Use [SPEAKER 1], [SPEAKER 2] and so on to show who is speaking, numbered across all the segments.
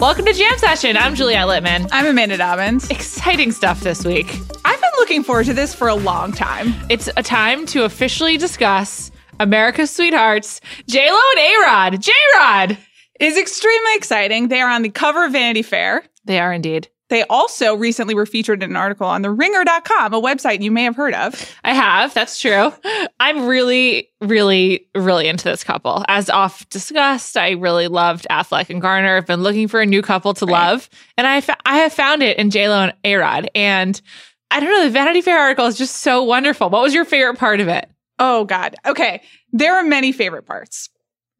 [SPEAKER 1] Welcome to Jam Session. I'm Juliette Littman.
[SPEAKER 2] I'm Amanda Dobbins.
[SPEAKER 1] Exciting stuff this week.
[SPEAKER 2] I've been looking forward to this for a long time.
[SPEAKER 1] It's a time to officially discuss America's sweethearts, J Lo and A Rod. J Rod.
[SPEAKER 2] It is extremely exciting. They are on the cover of Vanity Fair.
[SPEAKER 1] They are indeed.
[SPEAKER 2] They also recently were featured in an article on theringer.com, a website you may have heard of.
[SPEAKER 1] I have. That's true. I'm really, really, really into this couple. As off discussed, I really loved Affleck and Garner. I've been looking for a new couple to love, and I fa- I have found it in J Lo and A Rod. And I don't know. The Vanity Fair article is just so wonderful. What was your favorite part of it?
[SPEAKER 2] Oh, God. Okay. There are many favorite parts.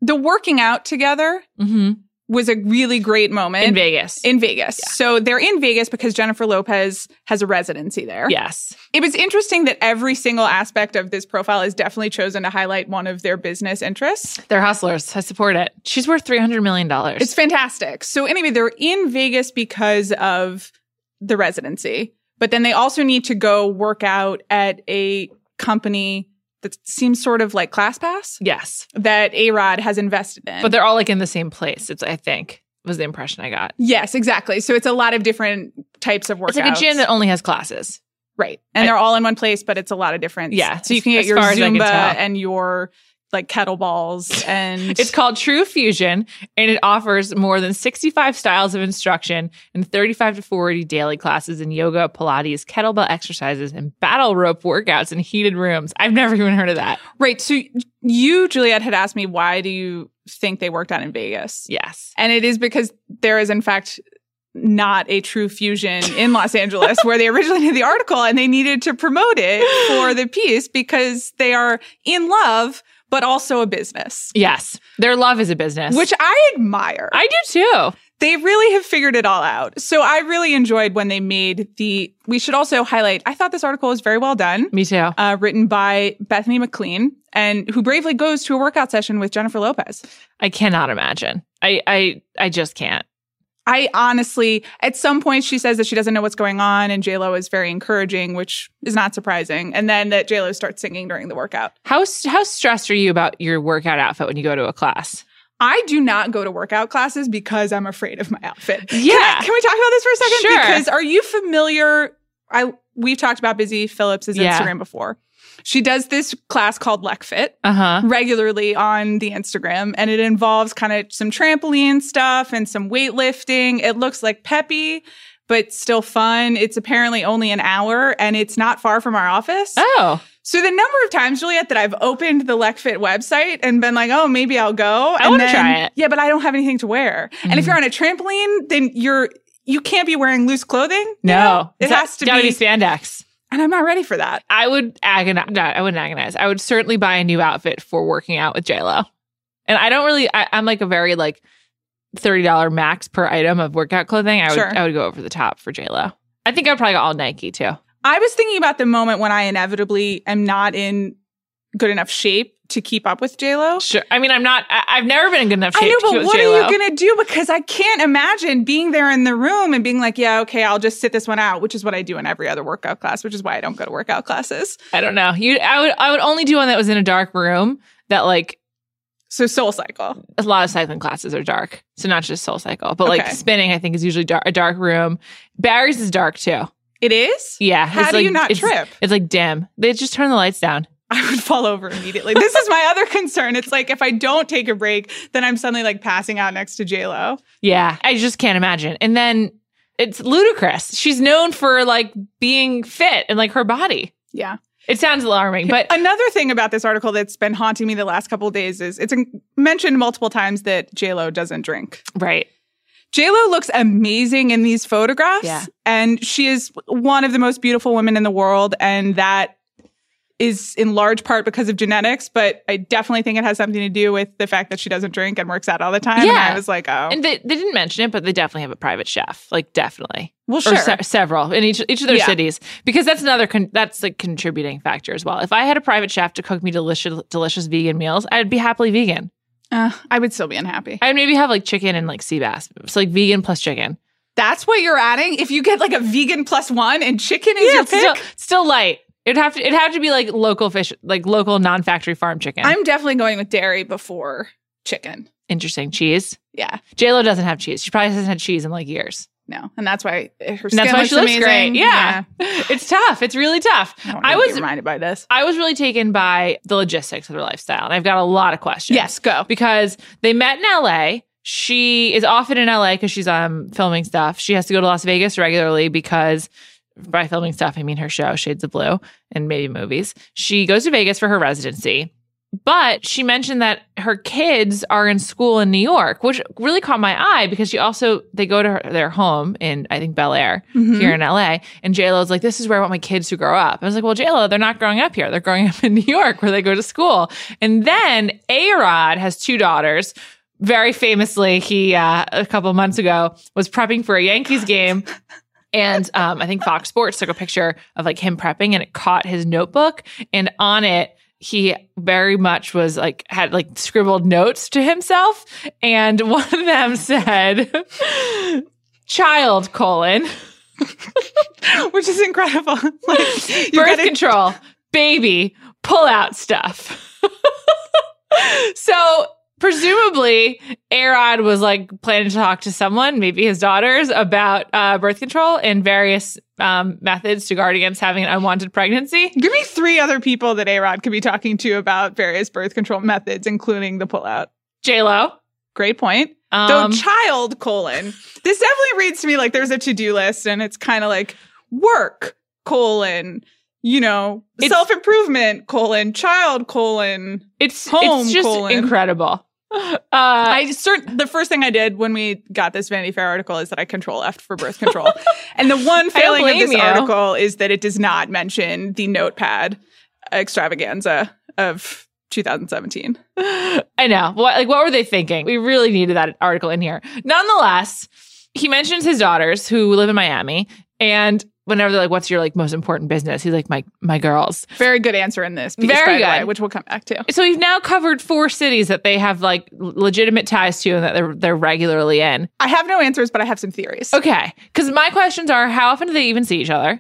[SPEAKER 2] The working out together
[SPEAKER 1] Mm-hmm.
[SPEAKER 2] was a really great moment
[SPEAKER 1] In Vegas.
[SPEAKER 2] in Vegas. So they're in Vegas because Jennifer Lopez has a residency there.
[SPEAKER 1] yes.
[SPEAKER 2] It was interesting that every single aspect of this profile is definitely chosen to highlight one of their business interests.
[SPEAKER 1] They're hustlers. I support it. She's worth three hundred million dollars.
[SPEAKER 2] It's fantastic. So anyway, they're in Vegas because of the residency, but then they also need to go work out at a company that seems sort of like ClassPass
[SPEAKER 1] yes,
[SPEAKER 2] that A Rod has invested in.
[SPEAKER 1] but they're all like in the same place. It's I think was the impression I got.
[SPEAKER 2] yes, exactly. So it's a lot of different types of workouts.
[SPEAKER 1] It's like a gym that only has classes.
[SPEAKER 2] right, and they're all in one place, but it's a lot of different.
[SPEAKER 1] Yeah,
[SPEAKER 2] so you can get
[SPEAKER 1] as
[SPEAKER 2] your
[SPEAKER 1] far as I can
[SPEAKER 2] Zumba
[SPEAKER 1] tell.
[SPEAKER 2] and your like kettlebells and
[SPEAKER 1] It's called True Fusion, and it offers more than 65 styles of instruction and 35 to 40 daily classes in yoga, Pilates, kettlebell exercises, and battle rope workouts in heated rooms. I've never even heard of that.
[SPEAKER 2] right. So you, Juliet, had asked me why do you think they worked out in Vegas?
[SPEAKER 1] Yes.
[SPEAKER 2] And it is because there is, in fact, not a true fusion in Los Angeles where they originally did the article and they needed to promote it for the piece because they are in love, but also a business,
[SPEAKER 1] Yes. Their love is a business.
[SPEAKER 2] which I admire.
[SPEAKER 1] I do too.
[SPEAKER 2] they really have figured it all out. So I really enjoyed when they made the, we should also highlight, I thought this article was very well done.
[SPEAKER 1] Me too.
[SPEAKER 2] Uh, written by Bethany McLean, and who bravely goes to a workout session with Jennifer Lopez.
[SPEAKER 1] I cannot imagine. I I I just can't.
[SPEAKER 2] I honestly, at some point, she says that she doesn't know what's going on, and J Lo is very encouraging, which is not surprising. And then that J Lo starts singing during the workout.
[SPEAKER 1] How s- how stressed are you about your workout outfit when you go to a class?
[SPEAKER 2] I do not go to workout classes because I'm afraid of my outfit. Can I-
[SPEAKER 1] Yeah.
[SPEAKER 2] can, we talk about this for a second?
[SPEAKER 1] Sure.
[SPEAKER 2] Because are you familiar? I we've talked about Busy Phillips's
[SPEAKER 1] Yeah.
[SPEAKER 2] Instagram before. She does this class called Lek Fit
[SPEAKER 1] Uh huh.
[SPEAKER 2] regularly on the Instagram, and it involves kind of some trampoline stuff and some weightlifting. It looks like peppy, but still fun. It's apparently only an hour, and it's not far from our office.
[SPEAKER 1] Oh,
[SPEAKER 2] So the number of times, Juliet, that I've opened the LecFit website and been like, "Oh, maybe I'll go."
[SPEAKER 1] I
[SPEAKER 2] and
[SPEAKER 1] wanna
[SPEAKER 2] then-
[SPEAKER 1] try it.
[SPEAKER 2] Yeah, but I don't have anything to wear. And if
[SPEAKER 1] Mhm.
[SPEAKER 2] you're on a trampoline, then you're you can't be wearing loose clothing. you know?
[SPEAKER 1] no!
[SPEAKER 2] it
[SPEAKER 1] It's
[SPEAKER 2] has to
[SPEAKER 1] gotta
[SPEAKER 2] be,
[SPEAKER 1] be spandex.
[SPEAKER 2] and I'm not ready for that.
[SPEAKER 1] I would agonize. No, I wouldn't agonize. I would certainly buy a new outfit for working out with JLo. And I don't really. I, I'm like a very like thirty dollar max per item of workout clothing. I would
[SPEAKER 2] Sure.
[SPEAKER 1] I would go over the top for JLo. I think I'd probably go all Nike too.
[SPEAKER 2] I was thinking about the moment when I inevitably am not in good enough shape to keep up with J Lo.
[SPEAKER 1] Sure. I mean, I'm not. I, I've never been in good enough shape.
[SPEAKER 2] I know,
[SPEAKER 1] to
[SPEAKER 2] but
[SPEAKER 1] go with
[SPEAKER 2] what
[SPEAKER 1] J.Lo.
[SPEAKER 2] are you gonna do? Because I can't imagine being there in the room and being like, "Yeah, okay, I'll just sit this one out," which is what I do in every other workout class, which is why I don't go to workout classes.
[SPEAKER 1] I don't know. You. I would. I would only do one that was in a dark room. That like
[SPEAKER 2] So Soul Cycle.
[SPEAKER 1] a lot of cycling classes are dark. So not just Soul Cycle, but like
[SPEAKER 2] Okay.
[SPEAKER 1] spinning. I think is usually dar- a dark room. Barry's is dark too.
[SPEAKER 2] It is.
[SPEAKER 1] Yeah.
[SPEAKER 2] How
[SPEAKER 1] it's
[SPEAKER 2] do
[SPEAKER 1] like-
[SPEAKER 2] you not
[SPEAKER 1] it's-
[SPEAKER 2] trip?
[SPEAKER 1] It's like dim. They just turn the lights down.
[SPEAKER 2] I would fall over immediately. this is my other concern. It's like if I don't take a break, then I'm suddenly like passing out next to J Lo.
[SPEAKER 1] Yeah, I just can't imagine. And then it's ludicrous. She's known for like being fit and like her body.
[SPEAKER 2] Yeah.
[SPEAKER 1] It sounds alarming, but
[SPEAKER 2] Another thing about this article that's been haunting me the last couple of days is it's in- mentioned multiple times that J Lo doesn't drink.
[SPEAKER 1] right.
[SPEAKER 2] J Lo looks amazing in these photographs,
[SPEAKER 1] Yeah.
[SPEAKER 2] and she is one of the most beautiful women in the world, and that is in large part because of genetics. But I definitely think it has something to do with the fact that she doesn't drink and works out all the time. and
[SPEAKER 1] Yeah.
[SPEAKER 2] I was like, oh,
[SPEAKER 1] And they, they didn't mention it, but they definitely have a private chef, like definitely,
[SPEAKER 2] well,
[SPEAKER 1] or se- several in each each of their
[SPEAKER 2] Yeah.
[SPEAKER 1] cities, because that's another con- that's a contributing factor as well. If I had a private chef to cook me delicious delicious vegan meals, I'd be happily vegan.
[SPEAKER 2] Uh, I would still be unhappy.
[SPEAKER 1] I'd maybe have like chicken and like sea bass, so like vegan plus chicken.
[SPEAKER 2] That's what you're adding. If you get like a vegan plus one and chicken is your
[SPEAKER 1] it's still,
[SPEAKER 2] pick,
[SPEAKER 1] still light. It'd have to it'd have to be like local fish, like local non factory farm chicken.
[SPEAKER 2] I'm definitely going with dairy before chicken.
[SPEAKER 1] Interesting cheese.
[SPEAKER 2] Yeah,
[SPEAKER 1] J Lo doesn't have cheese. She probably hasn't had cheese in like years.
[SPEAKER 2] no, and that's why her
[SPEAKER 1] And
[SPEAKER 2] skin
[SPEAKER 1] that's why
[SPEAKER 2] looks
[SPEAKER 1] she looks
[SPEAKER 2] amazing.
[SPEAKER 1] great. Yeah. It's tough. It's really tough.
[SPEAKER 2] yeah.
[SPEAKER 1] I
[SPEAKER 2] I was
[SPEAKER 1] was-
[SPEAKER 2] reminded by this.
[SPEAKER 1] I was really taken by the logistics of their lifestyle, and I've got a lot of questions.
[SPEAKER 2] Yes, go.
[SPEAKER 1] because they met in LA. She is often in LA because she's um filming stuff. She has to go to Las Vegas regularly because by filming stuff I mean her show Shades of Blue and maybe movies. She goes to Vegas for her residency. But she mentioned that her kids are in school in New York, which really caught my eye because she also they go to her, their home in I think Bel Air
[SPEAKER 2] Mhm.
[SPEAKER 1] here in LA. And JLo's like, this is where I want my kids to grow up. I was like, well, JLo, they're not growing up here. They're growing up in New York where they go to school. And then A Rod has two daughters. Very famously, he, uh, a couple months ago, was prepping for a Yankees game. And um, I think Fox Sports took a picture of like him prepping and it caught his notebook. And on it, he very much was like had like scribbled notes to himself. And one of them said, child colon
[SPEAKER 2] which is incredible. like, you
[SPEAKER 1] birth
[SPEAKER 2] gotta-
[SPEAKER 1] control, baby, pull out stuff. so presumably, Arod was like planning to talk to someone, maybe his daughters, about uh, birth control and various um, methods to guard against having an unwanted pregnancy.
[SPEAKER 2] give me three other people that A Rod could be talking to about various birth control methods, including the pullout.
[SPEAKER 1] J Lo.
[SPEAKER 2] Great point.
[SPEAKER 1] Um,
[SPEAKER 2] Though child colon. This definitely reads to me like there's a to do list, and it's kind of like work colon. You know,
[SPEAKER 1] It's-
[SPEAKER 2] self improvement colon child colon.
[SPEAKER 1] it's
[SPEAKER 2] home,
[SPEAKER 1] it's just
[SPEAKER 2] colon.
[SPEAKER 1] incredible. Uh,
[SPEAKER 2] I cert- the first thing I did when we got this Vanity Fair article is that I control F for birth control. and the one failing of
[SPEAKER 1] blame
[SPEAKER 2] this
[SPEAKER 1] you.
[SPEAKER 2] article is that it does not mention the notepad extravaganza of 2017.
[SPEAKER 1] I know. What like what were they thinking? We really needed that article in here. Nonetheless, he mentions his daughters who live in Miami and whenever they're like what's your like most important business? He's like my my girls.
[SPEAKER 2] Very good answer in this piece,
[SPEAKER 1] Very
[SPEAKER 2] by the way,
[SPEAKER 1] good.
[SPEAKER 2] which we'll come back to.
[SPEAKER 1] So we've now covered four cities that they have like legitimate ties to and that they're they're regularly in.
[SPEAKER 2] I have no answers, but I have some theories.
[SPEAKER 1] Okay. Cuz my questions are how often do they even see each other?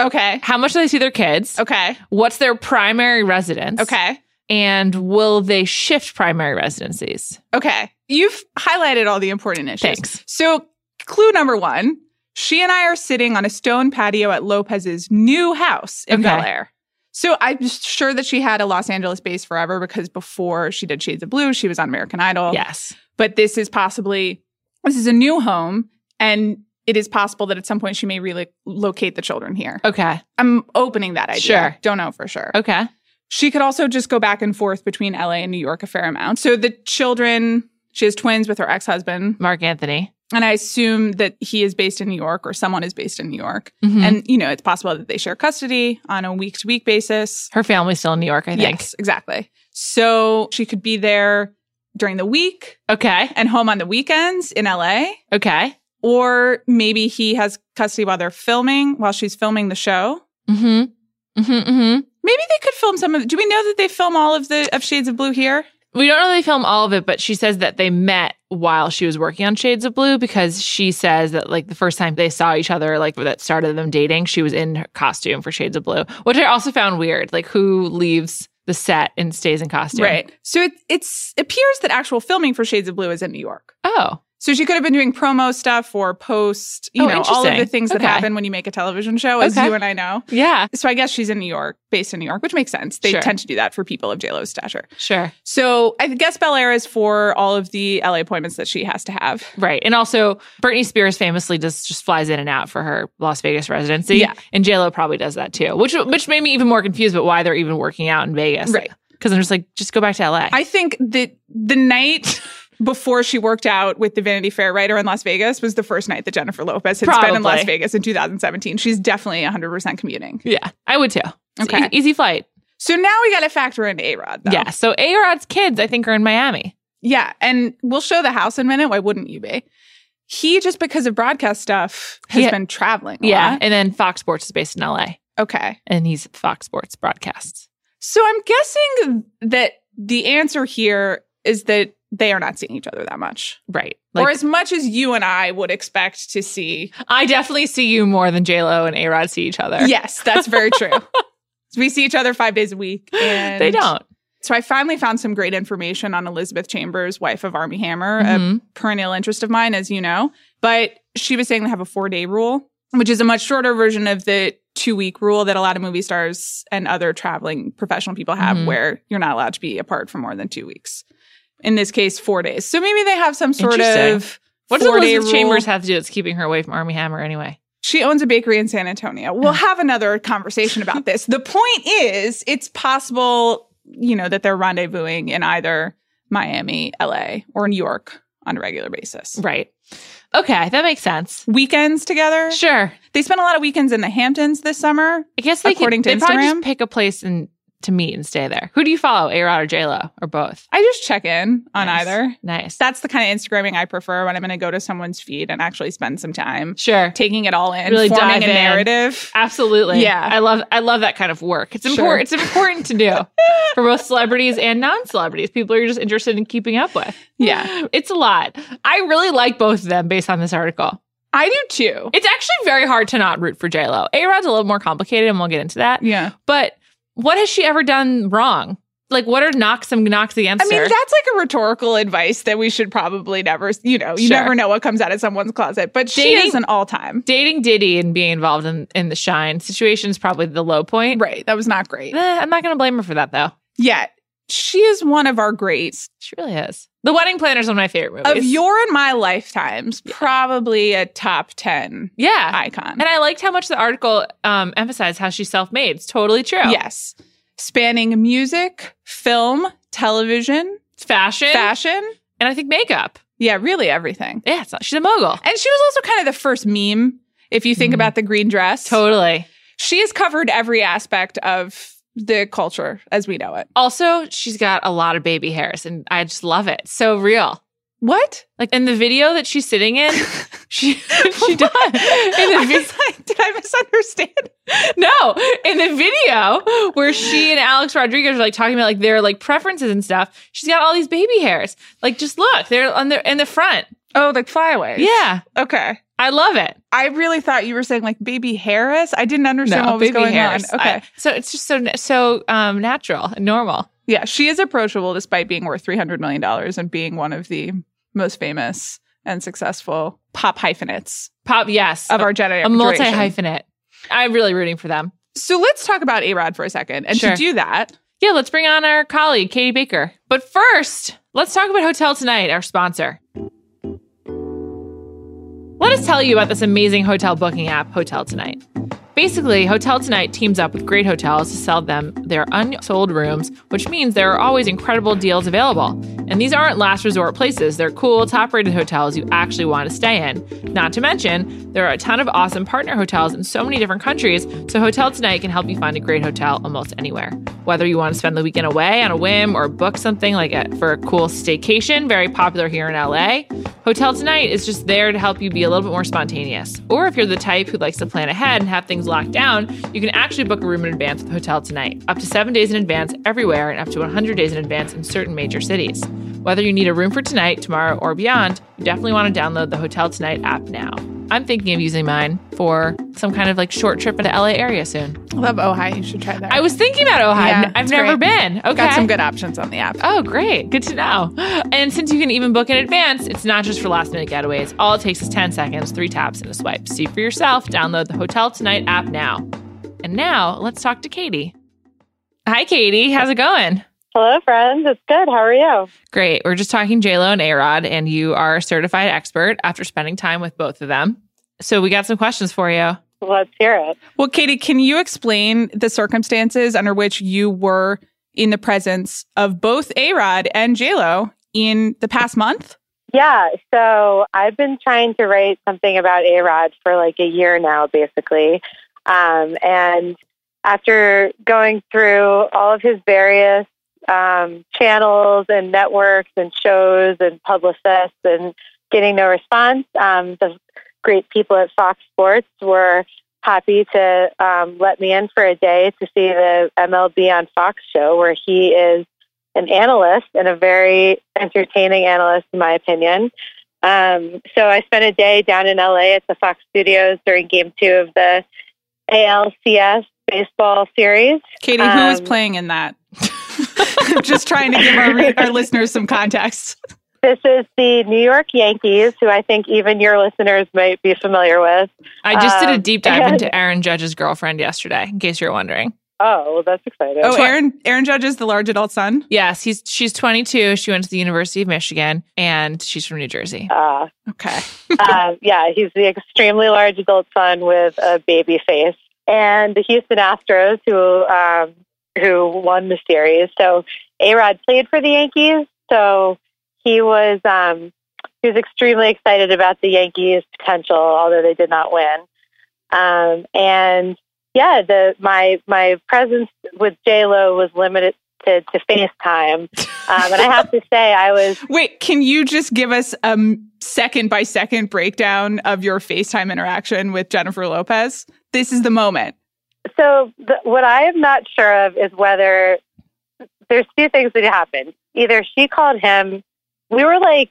[SPEAKER 2] Okay.
[SPEAKER 1] How much do they see their kids?
[SPEAKER 2] Okay.
[SPEAKER 1] What's their primary residence?
[SPEAKER 2] Okay.
[SPEAKER 1] And will they shift primary residencies?
[SPEAKER 2] Okay. You've highlighted all the important issues.
[SPEAKER 1] Thanks.
[SPEAKER 2] So, clue number one she and I are sitting on a stone patio at Lopez's new house in
[SPEAKER 1] Okay.
[SPEAKER 2] Bel Air. So, I'm just sure that she had a Los Angeles base forever because before she did Shades of Blue, she was on American Idol.
[SPEAKER 1] Yes.
[SPEAKER 2] But this is possibly, this is a new home. And it is possible that at some point she may relocate the children here.
[SPEAKER 1] Okay.
[SPEAKER 2] I'm opening that idea.
[SPEAKER 1] Sure.
[SPEAKER 2] Don't know for sure.
[SPEAKER 1] Okay.
[SPEAKER 2] She could also just go back and forth between LA and New York a fair amount. So the children, she has twins with her ex husband.
[SPEAKER 1] Mark Anthony.
[SPEAKER 2] And I assume that he is based in New York or someone is based in New York.
[SPEAKER 1] Mhm.
[SPEAKER 2] And, you know, it's possible that they share custody on a week to week basis.
[SPEAKER 1] Her family's still in New York, I think.
[SPEAKER 2] Yes, exactly. So she could be there during the week
[SPEAKER 1] Okay.
[SPEAKER 2] and home on the weekends in LA.
[SPEAKER 1] Okay.
[SPEAKER 2] Or maybe he has custody while they're filming, while she's filming the show.
[SPEAKER 1] Mm-hmm. Mm-hmm. Mm-hmm.
[SPEAKER 2] Maybe they could film some of. Do we know that they film all of the of Shades of Blue here?
[SPEAKER 1] We don't know they film all of it, but she says that they met while she was working on Shades of Blue because she says that like the first time they saw each other, like that started them dating, she was in her costume for Shades of Blue, which I also found weird. Like who leaves the set and stays in costume?
[SPEAKER 2] Right. So it it's appears that actual filming for Shades of Blue is in New York.
[SPEAKER 1] Oh.
[SPEAKER 2] So she could have been doing promo stuff or post, you
[SPEAKER 1] Oh,
[SPEAKER 2] know, all of the
[SPEAKER 1] interesting.
[SPEAKER 2] things that
[SPEAKER 1] Okay.
[SPEAKER 2] happen when you make a television show, as
[SPEAKER 1] Okay.
[SPEAKER 2] you and I know.
[SPEAKER 1] Yeah.
[SPEAKER 2] So I guess she's in New York, based in New York, which makes sense. They
[SPEAKER 1] Sure.
[SPEAKER 2] tend to do that for people of JLo's stature.
[SPEAKER 1] Sure.
[SPEAKER 2] So I guess Bel Air is for all of the LA appointments that she has to have.
[SPEAKER 1] Right. And also Britney Spears famously just just flies in and out for her Las Vegas residency.
[SPEAKER 2] Yeah.
[SPEAKER 1] And JLo probably does that too. Which which made me even more confused about why they're even working out in Vegas.
[SPEAKER 2] Right.
[SPEAKER 1] Because I'm just like, just go back to LA.
[SPEAKER 2] I think that the night before she worked out with the Vanity Fair writer in Las Vegas was the first night that Jennifer Lopez had spent in
[SPEAKER 1] Probably.
[SPEAKER 2] Las Vegas in 2017. She's definitely 100% commuting.
[SPEAKER 1] yeah. I would too. It's
[SPEAKER 2] Okay. Oh.
[SPEAKER 1] e- easy flight.
[SPEAKER 2] So now we got to factor in A-Rod though.
[SPEAKER 1] Yeah. So A Rod's kids, I think, are in Miami.
[SPEAKER 2] Yeah, and we'll show the house in a minute. Why wouldn't you be? He just because of broadcast stuff has
[SPEAKER 1] Yeah.
[SPEAKER 2] been traveling. a lot.
[SPEAKER 1] And then Fox Sports is based in LA
[SPEAKER 2] Okay.
[SPEAKER 1] and he's at Fox Sports broadcasts.
[SPEAKER 2] So I'm guessing that the answer here is that they are not seeing each other that much,
[SPEAKER 1] Right.
[SPEAKER 2] or
[SPEAKER 1] Like,
[SPEAKER 2] as much as you and I would expect to see.
[SPEAKER 1] I definitely see you more than J Lo and A Rod see each other.
[SPEAKER 2] Yes, that's very true. we see each other five days a week, and
[SPEAKER 1] They don't.
[SPEAKER 2] So I finally found some great information on Elizabeth Chambers, wife of Army Hammer, a
[SPEAKER 1] Mhm.
[SPEAKER 2] perennial interest of mine, as you know. But she was saying they have a four day rule, which is a much shorter version of the two week rule that a lot of movie stars and other traveling professional people have,
[SPEAKER 1] Mhm.
[SPEAKER 2] where you're not allowed to be apart for more than two weeks. In this case, four days. So maybe they have some sort of.
[SPEAKER 1] Interesting. What does
[SPEAKER 2] four-day
[SPEAKER 1] Elizabeth
[SPEAKER 2] rule.
[SPEAKER 1] Chambers have to do that's keeping her away from Army Hammer anyway?
[SPEAKER 2] She owns a bakery in San Antonio. We'll have another conversation about this. The point is, it's possible, you know, that they're rendezvousing in either Miami, LA, or New York on a regular basis.
[SPEAKER 1] Right. Okay, that makes sense.
[SPEAKER 2] Weekends together.
[SPEAKER 1] Sure.
[SPEAKER 2] They spent a lot of weekends in the Hamptons this summer.
[SPEAKER 1] I guess they
[SPEAKER 2] According
[SPEAKER 1] could,
[SPEAKER 2] to
[SPEAKER 1] they probably
[SPEAKER 2] Instagram?
[SPEAKER 1] just pick a place and to meet and stay there. Who do you follow, A Rod or J Lo or both?
[SPEAKER 2] I just check in on
[SPEAKER 1] Nice.
[SPEAKER 2] either.
[SPEAKER 1] Nice.
[SPEAKER 2] That's the kind of Instagramming I prefer when I'm going to go to someone's feed and actually spend some time
[SPEAKER 1] Sure.
[SPEAKER 2] taking it all in,
[SPEAKER 1] Really
[SPEAKER 2] forming
[SPEAKER 1] dive
[SPEAKER 2] a
[SPEAKER 1] in.
[SPEAKER 2] narrative.
[SPEAKER 1] Absolutely.
[SPEAKER 2] Yeah.
[SPEAKER 1] I love I love that kind of work. It's
[SPEAKER 2] Sure.
[SPEAKER 1] important it's important to do for both celebrities and non-celebrities. People are just interested in keeping up with.
[SPEAKER 2] Yeah,
[SPEAKER 1] It's a lot. I really like both of them based on this article.
[SPEAKER 2] I do too.
[SPEAKER 1] It's actually very hard to not root for J Lo. A Rod's a little more complicated, and we'll get into that.
[SPEAKER 2] Yeah.
[SPEAKER 1] But what has she ever done wrong? Like, what are knocks and knocks against
[SPEAKER 2] I mean,
[SPEAKER 1] her?
[SPEAKER 2] that's like a rhetorical advice that we should probably never, you know, you
[SPEAKER 1] Sure.
[SPEAKER 2] never know what comes out of someone's closet, but she
[SPEAKER 1] Dating-
[SPEAKER 2] is an all time.
[SPEAKER 1] Dating Diddy and being involved in, in the Shine situation is probably the low point.
[SPEAKER 2] Right. That was not great.
[SPEAKER 1] Eh, I'm not going to blame her for that, though.
[SPEAKER 2] Yet, she is one of our greats.
[SPEAKER 1] She really is. The Wedding Planner is one of my favorite movies.
[SPEAKER 2] Of your and my lifetimes, probably a top 10
[SPEAKER 1] yeah.
[SPEAKER 2] icon.
[SPEAKER 1] and I liked how much the article um, emphasized how she's self made. It's totally true.
[SPEAKER 2] Yes. Spanning music, film, television,
[SPEAKER 1] It's fashion,
[SPEAKER 2] fashion.
[SPEAKER 1] and I think makeup.
[SPEAKER 2] Yeah, really everything.
[SPEAKER 1] Yeah, it's not, she's a mogul.
[SPEAKER 2] And she was also kind of the first meme, if you think
[SPEAKER 1] Mhm.
[SPEAKER 2] about the green dress.
[SPEAKER 1] Totally.
[SPEAKER 2] She has covered every aspect of the culture as we know it.
[SPEAKER 1] Also, she's got a lot of baby hairs, and I just love it. So real.
[SPEAKER 2] What?
[SPEAKER 1] Like in the video that she's sitting in, she she does. In the
[SPEAKER 2] I
[SPEAKER 1] vi-
[SPEAKER 2] was like, did I misunderstand?
[SPEAKER 1] no, in the video where she and Alex Rodriguez are like talking about like their like preferences and stuff, she's got all these baby hairs. Like just look, they're on the in the front.
[SPEAKER 2] Oh, the flyaways.
[SPEAKER 1] Yeah,
[SPEAKER 2] Okay.
[SPEAKER 1] I love it.
[SPEAKER 2] I really thought you were saying like baby Harris. I didn't understand what was
[SPEAKER 1] baby
[SPEAKER 2] going
[SPEAKER 1] hairs.
[SPEAKER 2] on. Okay.
[SPEAKER 1] I- so it's just so so um, natural and normal.
[SPEAKER 2] yeah, she is approachable despite being worth three hundred million dollars and being one of the most famous and successful pop hyphenates
[SPEAKER 1] Pop, yes,
[SPEAKER 2] of
[SPEAKER 1] a,
[SPEAKER 2] our gener-
[SPEAKER 1] a multi
[SPEAKER 2] generation.
[SPEAKER 1] hyphenate. I'm really rooting for them.
[SPEAKER 2] So let's talk about A Rod for a second. And to
[SPEAKER 1] Sure.
[SPEAKER 2] do that,
[SPEAKER 1] Yeah, let's bring on our colleague, Katie Baker. But first, let's talk about Hotel Tonight, our sponsor. Let us tell you about this amazing hotel booking app, Hotel Tonight. Basically, Hotel Tonight teams up with great hotels to sell them their unsold rooms, which means there are always incredible deals available. And these aren't last resort places, they're cool, top rated hotels you actually want to stay in. Not to mention, there are a ton of awesome partner hotels in so many different countries, so Hotel Tonight can help you find a great hotel almost anywhere. Whether you want to spend the weekend away on a whim or book something like a, for a cool staycation, very popular here in LA, Hotel Tonight is just there to help you be a little bit more spontaneous. Or if you're the type who likes to plan ahead and have things locked down, you can actually book a room in advance with Hotel Tonight, up to seven days in advance everywhere and up to 100 days in advance in certain major cities. Whether you need a room for tonight, tomorrow, or beyond, you definitely want to download the Hotel Tonight app now. I'm thinking of using mine for some kind of like short trip into LA area soon.
[SPEAKER 2] I love Ohio. You should try that.
[SPEAKER 1] I was thinking about Ohio.
[SPEAKER 2] Yeah,
[SPEAKER 1] I've
[SPEAKER 2] it's
[SPEAKER 1] never
[SPEAKER 2] great.
[SPEAKER 1] been. Okay.
[SPEAKER 2] got some good options on the app.
[SPEAKER 1] Oh, great. Good to know. And since you can even book in advance, it's not just for last minute getaways. All it takes is 10 seconds, three taps, and a swipe. See for yourself. Download the Hotel Tonight app now. And now let's talk to Katie. Hi, Katie. How's it going?
[SPEAKER 3] Hello, friends. It's good. How are you?
[SPEAKER 1] Great. We're just talking JLo and A Rod, and you are a certified expert after spending time with both of them. So we got some questions for you.
[SPEAKER 3] Let's hear it.
[SPEAKER 2] Well, Katie, can you explain the circumstances under which you were in the presence of both A Rod and JLo in the past month?
[SPEAKER 3] Yeah. So I've been trying to write something about A Rod for like a year now, basically. Um, and after going through all of his various um, channels and networks and shows and publicists and getting no response, um, the great people at Fox Sports were happy to um, let me in for a day to see the MLB on Fox show where he is an analyst and a very entertaining analyst, in my opinion. Um, so I spent a day down in LA at the Fox Studios during game two of the ALCS baseball series.
[SPEAKER 2] Katie, who was
[SPEAKER 3] Um,
[SPEAKER 2] playing in that? just trying to give our, re- our listeners some context.
[SPEAKER 3] This is the New York Yankees, who I think even your listeners might be familiar with.
[SPEAKER 1] I just did a
[SPEAKER 3] Um,
[SPEAKER 1] deep dive into Aaron Judge's girlfriend yesterday, in case you're wondering.
[SPEAKER 3] Oh, well, that's exciting.
[SPEAKER 2] Oh, Aaron Aaron Judge is the large adult son.
[SPEAKER 1] Yes, he's she's 22. She went to the University of Michigan, and she's from New Jersey.
[SPEAKER 3] Uh,
[SPEAKER 2] Okay.
[SPEAKER 3] um, yeah, he's the extremely large adult son with a baby face, and the Houston Astros, who um, who won the series. So Arod played for the Yankees, so he was um, he was extremely excited about the Yankees' potential, although they did not win. Um, and yeah, the my my presence with J Lo was limited to, to FaceTime, um, and I have to say I was
[SPEAKER 2] Wait, can you just give us a second by second breakdown of your FaceTime interaction with Jennifer Lopez? This is the moment.
[SPEAKER 3] So, the, what I am not sure of is whether there's two things that happened. Either she called him, we were like,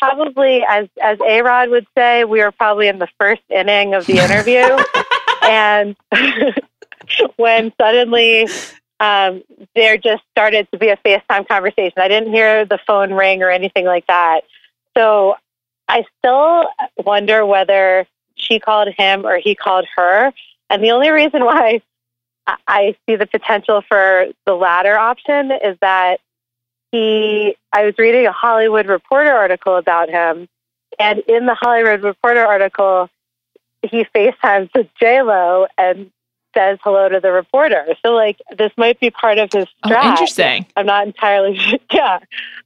[SPEAKER 3] probably as as A Rod would say, we were probably in the first inning of the interview, and when suddenly. Um, there just started to be a FaceTime conversation. I didn't hear the phone ring or anything like that. So I still wonder whether she called him or he called her. And the only reason why I- I see the potential for the latter option is that he, I was reading a Hollywood Reporter article about him. And in the Hollywood Reporter article, he FaceTimes with Lo and says hello to the reporter. So, like, this might be part of his
[SPEAKER 1] Oh,
[SPEAKER 3] strat.
[SPEAKER 1] interesting.
[SPEAKER 3] I'm not entirely sure. yeah.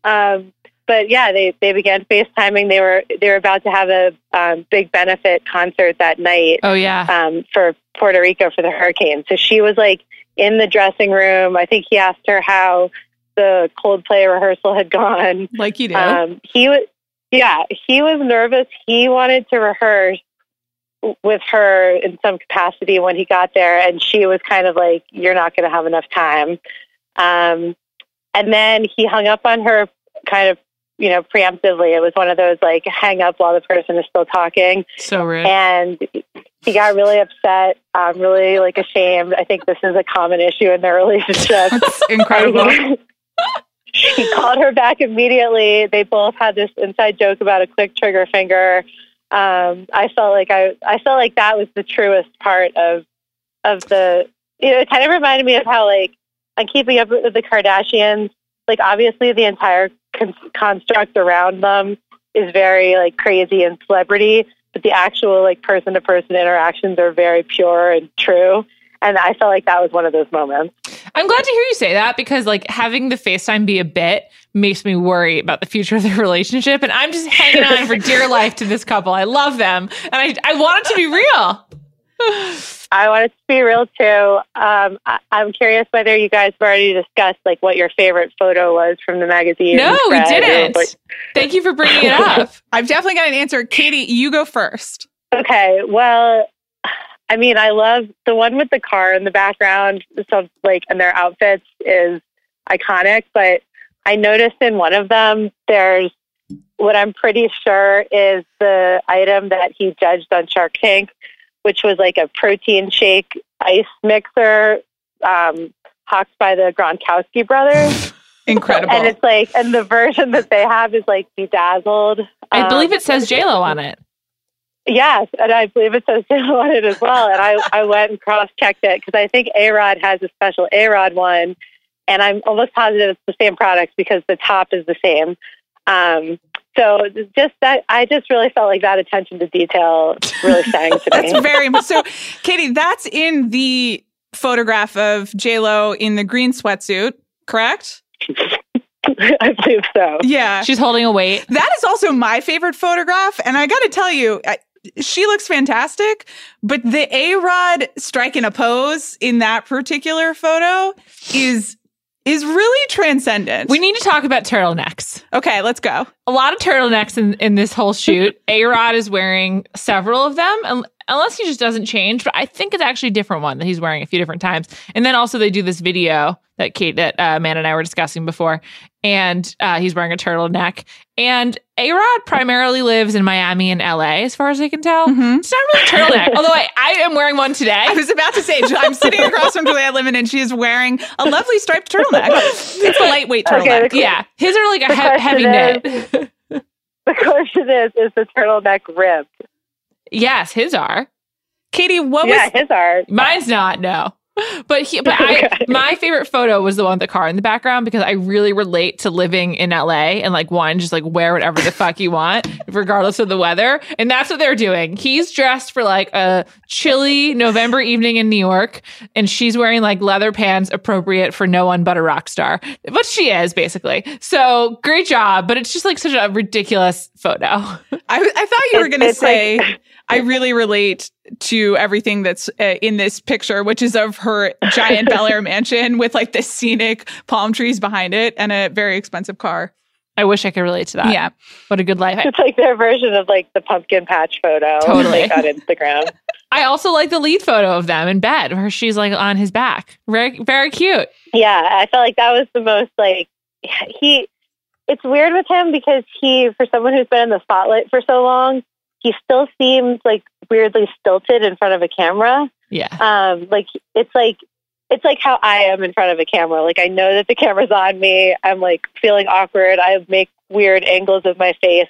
[SPEAKER 3] Um, but yeah, they, they began FaceTiming. They were they were about to have a um, big benefit concert that night
[SPEAKER 1] Oh yeah.
[SPEAKER 3] um, for Puerto Rico for the hurricane. So she was like in the dressing room. I think he asked her how the Coldplay rehearsal had gone.
[SPEAKER 2] Like you do.
[SPEAKER 3] Um, he was, yeah, he was nervous. He wanted to rehearse w- with her in some capacity when he got there, and she was kind of like, "You're not going to have enough time." Um, and then he hung up on her, kind of, you know, preemptively. It was one of those like, hang up while the person is still talking
[SPEAKER 1] So rude.
[SPEAKER 3] and he got really upset, um, really like ashamed. I think this is a common issue in their relationship.
[SPEAKER 2] That's incredible.
[SPEAKER 3] he called her back immediately. They both had this inside joke about a quick trigger finger. Um, I felt like I, I felt like that was the truest part of of the. You know, it kind of reminded me of how like on Keeping Up with the Kardashians, like obviously the entire con- construct around them is very like crazy and celebrity, but the actual like person to person interactions are very pure and true. And I felt like that was one of those moments.
[SPEAKER 1] I'm glad to hear you say that because like having the FaceTime be a bit makes me worry about the future of the relationship. And I'm just hanging on for dear life to this couple. I love them. And I, I want it to be real.
[SPEAKER 3] I want it to be real too. Um, I, I'm curious whether you guys have already discussed like what your favorite photo was from the magazine.
[SPEAKER 1] No, we
[SPEAKER 3] spread or,
[SPEAKER 1] didn't.
[SPEAKER 3] like-
[SPEAKER 1] Thank you for bringing it up.
[SPEAKER 2] I've definitely got an answer. Katie, you go first.
[SPEAKER 3] Okay, well, I mean, I love the one with the car in the background. So like, and their outfits is iconic. But I noticed in one of them, there's what I'm pretty sure is the item that he judged on Shark Tank, which was like a protein shake ice mixer, um, hawked by the Gronkowski brothers. And
[SPEAKER 2] Incredible.
[SPEAKER 3] it's like, and the version that they have is like bedazzled.
[SPEAKER 1] I
[SPEAKER 3] Um,
[SPEAKER 1] believe it says JLo on it.
[SPEAKER 3] Yes, and I believe it says Dale on it as well. And I, I went and cross checked it because I think A Rod has a special A Rod one, and I'm almost positive it's the same product because the top is the same. Um, so just that, I just really felt like that attention to detail really sang to
[SPEAKER 2] That's
[SPEAKER 3] me.
[SPEAKER 2] very much so. Katie, that's in the photograph of Lo in the green sweatsuit, correct?
[SPEAKER 3] I believe so.
[SPEAKER 2] Yeah.
[SPEAKER 1] She's holding a weight.
[SPEAKER 2] That is also my favorite photograph. And I got to tell you, I, she looks fantastic. But the A Rod striking a pose in that particular photo is is really transcendent.
[SPEAKER 1] We need to talk about turtlenecks.
[SPEAKER 2] okay, let's go.
[SPEAKER 1] A lot of turtlenecks in, in this whole shoot. A Rod is wearing several of them, un- unless he just doesn't change. But I think it's actually a different one that he's wearing a few different times. And then also they do this video that Kate, that uh, Man and I were discussing before, and uh, he's wearing a turtleneck. And A Rod primarily lives in Miami and LA, as far as I can
[SPEAKER 3] Oh.
[SPEAKER 1] tell.
[SPEAKER 2] Mhm.
[SPEAKER 1] It's not really a turtleneck, although I, I am wearing one today.
[SPEAKER 2] I was about to say, I'm sitting across from Juliette Lemon and she is wearing a lovely striped turtleneck. It's a lightweight
[SPEAKER 3] Okay,
[SPEAKER 2] turtleneck.
[SPEAKER 3] the-
[SPEAKER 1] Yeah, his are like a
[SPEAKER 3] The
[SPEAKER 1] he- heavy
[SPEAKER 3] question
[SPEAKER 1] knit.
[SPEAKER 3] The question is, is the turtleneck ribbed?
[SPEAKER 1] yes, his are.
[SPEAKER 2] Katie, what
[SPEAKER 3] yeah,
[SPEAKER 2] was
[SPEAKER 3] his are.
[SPEAKER 1] Mine's not. No. But he, but I,
[SPEAKER 3] Okay.
[SPEAKER 1] my favorite photo was the one with the car in the background because I really relate to living in LA and like one just like wear whatever the fuck you want regardless of the weather and that's what they're doing. He's dressed for like a chilly November evening in New York and she's wearing like leather pants appropriate for no one but a rock star, but she is basically. So great job, but it's just like such a ridiculous photo.
[SPEAKER 2] I, I thought you were
[SPEAKER 3] It's-
[SPEAKER 2] going to
[SPEAKER 3] it's like-
[SPEAKER 2] say I really relate to everything that's uh, in this picture, which is of her giant Bel Air mansion with like the scenic palm trees behind it and a very expensive car.
[SPEAKER 1] I wish I could relate to that.
[SPEAKER 2] Yeah,
[SPEAKER 1] What a good life. I-
[SPEAKER 3] It's like their version of like the pumpkin patch photo
[SPEAKER 1] Totally.
[SPEAKER 3] like, on Instagram.
[SPEAKER 1] I also like the lead photo of them in bed where she's like on his back. Very, very cute.
[SPEAKER 3] Yeah, I felt like that was the most like he. It's weird with him because he, for someone who's been in the spotlight for so long, he still seems like weirdly stilted in front of a camera.
[SPEAKER 1] Yeah.
[SPEAKER 3] Um, like it's like it's like how I am in front of a camera. Like I know that the camera's on me. I'm like feeling awkward. I make weird angles with my face.